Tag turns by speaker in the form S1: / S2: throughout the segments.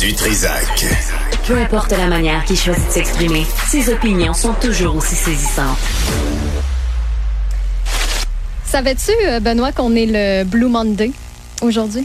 S1: Du Trisac.
S2: Peu importe la manière qu'il choisit de s'exprimer, ses opinions sont toujours aussi saisissantes.
S3: Savais-tu, euh, Benoît, qu'on est le Blue Monday aujourd'hui?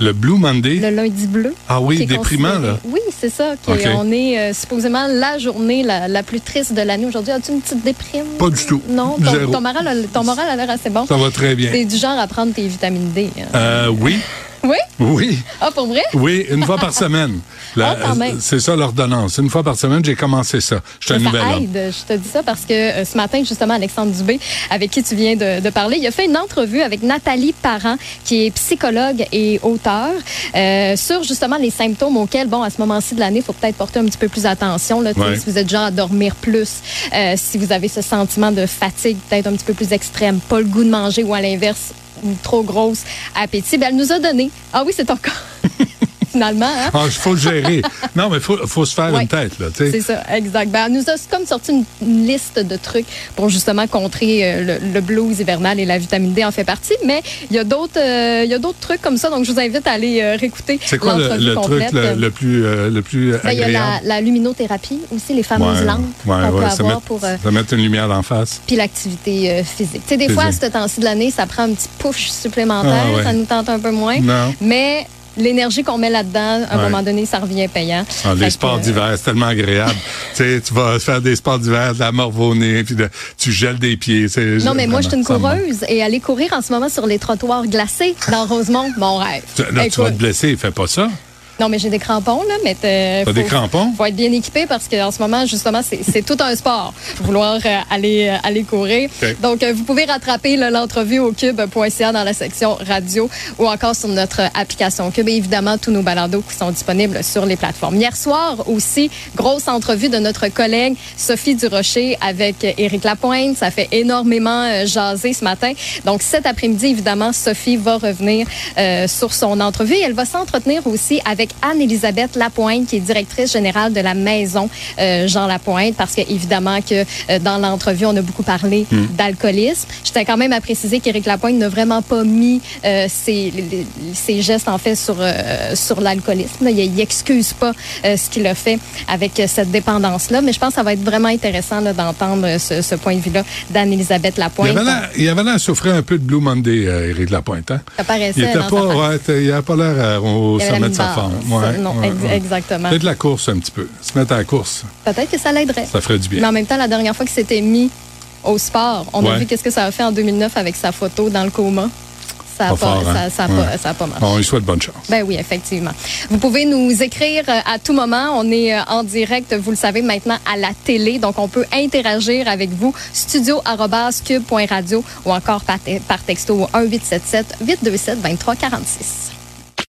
S4: Le Blue Monday.
S3: Le lundi bleu?
S4: Ah oui,
S3: qui est
S4: déprimant,
S3: considéré-
S4: là.
S3: Oui, c'est ça. qui
S4: Ok.
S3: est- On est euh, supposément la journée la, la plus triste de l'année aujourd'hui. As-tu une petite déprime?
S4: Pas du tout.
S3: Non, ton,
S4: Zéro.
S3: ton moral, a- ton moral a l'air assez bon.
S4: Ça va très bien.
S3: T'es du genre à prendre tes vitamines D. hein.
S4: Euh, oui,
S3: Oui?
S4: oui,
S3: Ah, pour vrai?
S4: oui, une fois par semaine. La-
S3: Ah, quand même.
S4: c'est ça l'ordonnance. Une fois par semaine, j'ai commencé ça. Je suis un
S3: Mais
S4: nouvel
S3: ça
S4: homme.
S3: aide, je te dis ça parce que euh, ce matin, justement, Alexandre Dubé, avec qui tu viens de, de parler, il a fait une entrevue avec Nathalie Parent, qui est psychologue et auteure, euh, sur justement les symptômes auxquels, bon, à ce moment-ci de l'année, il faut peut-être porter un petit peu plus attention. Là, tu sais,
S4: Ouais.
S3: Si vous êtes genre à dormir plus, euh, si vous avez ce sentiment de fatigue peut-être un petit peu plus extrême, pas le goût de manger ou à l'inverse, une trop grosse appétit, ben, elle nous a donné. Ah oui, c'est ton cas. Finalement, hein?
S4: Ah, il faut le gérer. non, mais il faut, faut se faire
S3: Ouais.
S4: une tête, là. tu sais.
S3: C'est ça, exact. Ben, elle nous a comme sorti une, une liste de trucs pour justement contrer euh, le, le blues hivernal et la vitamine D en fait partie. Mais il y a d'autres, euh, il y a d'autres trucs comme ça. Donc, je vous invite à aller euh, réécouter.
S4: C'est quoi le,
S3: l'entrevue
S4: le truc
S3: complète.
S4: le, le plus, euh, le plus
S3: Ben, il y a la,
S4: agréable?
S3: la luminothérapie aussi, les fameuses
S4: Ouais,
S3: lampes
S4: ouais,
S3: qu'on peut
S4: ouais,
S3: avoir
S4: ça met-
S3: pour. euh,
S4: ça met une lumière en face.
S3: puis l'activité euh, physique. Tu sais, des fois, à ce
S4: Physique.
S3: temps-ci de l'année, ça prend un petit push supplémentaire,
S4: Ah, ouais.
S3: ça nous tente un peu moins.
S4: Non.
S3: Mais l'énergie qu'on met là-dedans, à un
S4: Ouais.
S3: moment donné, ça revient payant.
S4: Ah,
S3: Fait
S4: les
S3: que,
S4: sports
S3: euh,
S4: d'hiver, c'est tellement agréable. tu sais, tu vas faire des sports d'hiver, de la morvonnée, puis de- tu gèles des pieds. c'est-
S3: Non, mais moi, je suis une
S4: vraiment, ça me-
S3: coureuse et aller courir en ce moment sur les trottoirs glacés dans Rosemont, mon rêve.
S4: Tu, là, tu vas te
S3: Écoute,
S4: blesser, fais pas ça.
S3: non, mais j'ai des crampons, là, mais t'as
S4: T'as des crampons?
S3: Faut être bien équipé parce qu'en ce moment, justement, c'est c'est tout un sport, vouloir euh, aller, euh, aller courir.
S4: OK.
S3: Donc, euh, vous pouvez rattraper là, l'entrevue au cube.ca dans la section radio ou encore sur notre application Cube et évidemment tous nos balandos qui sont disponibles sur les plateformes. Hier soir aussi, grosse entrevue de notre collègue Sophie Durocher avec euh, Éric Lapointe. Ça fait énormément euh, jaser ce matin. Donc, cet après-midi, évidemment, Sophie va revenir euh, sur son entrevue. Elle va s'entretenir aussi avec Anne-Élisabeth Lapointe, qui est directrice générale de la maison euh, Jean Lapointe, parce que évidemment que euh, dans l'entrevue, on a beaucoup parlé
S4: Hmm.
S3: d'alcoolisme. Je tiens quand même à préciser qu'Éric Lapointe n'a vraiment pas mis euh, ses, les- les- ses gestes, en fait, sur, euh, sur l'alcoolisme. là. Il n'excuse pas euh, ce qu'il a fait avec euh, cette dépendance-là, mais je pense que ça va être vraiment intéressant là, d'entendre euh, ce, ce point de vue-là d'Anne-Élisabeth
S4: Il
S3: Lapointe.
S4: avait l'air- il avait l'air à souffrir un peu de Blue Monday, euh, Éric Lapointe. hein?
S3: Ça paraissait
S4: Il était
S3: dans sa face.
S4: pas, ouais, t'es- il avait pas l'air euh, au
S3: Il avait la
S4: sommet de sa
S3: mine
S4: forme.
S3: basse. Non, ex- exactement.
S4: Peut-être la course un petit peu. Se mettre à la course,
S3: Peut-être que ça l'aiderait.
S4: ça ferait du bien.
S3: Mais en même temps, la dernière fois qu'il s'était mis au sport, on a
S4: Ouais.
S3: vu qu'est-ce que ça a fait en 2009 avec sa photo dans le coma. Ça n'a
S4: Pas
S3: pas,
S4: fort, hein?
S3: ça- ça a pas-
S4: Ouais.
S3: ça a pas marché.
S4: Bon, on lui souhaite bonne chance.
S3: Ben oui, effectivement. Vous pouvez nous écrire euh, à tout moment. On est euh, en direct, vous le savez maintenant, à la télé. Donc, on peut interagir avec vous. Studio-cube.radio ou encore par, te- par texto au 1877-827-2346.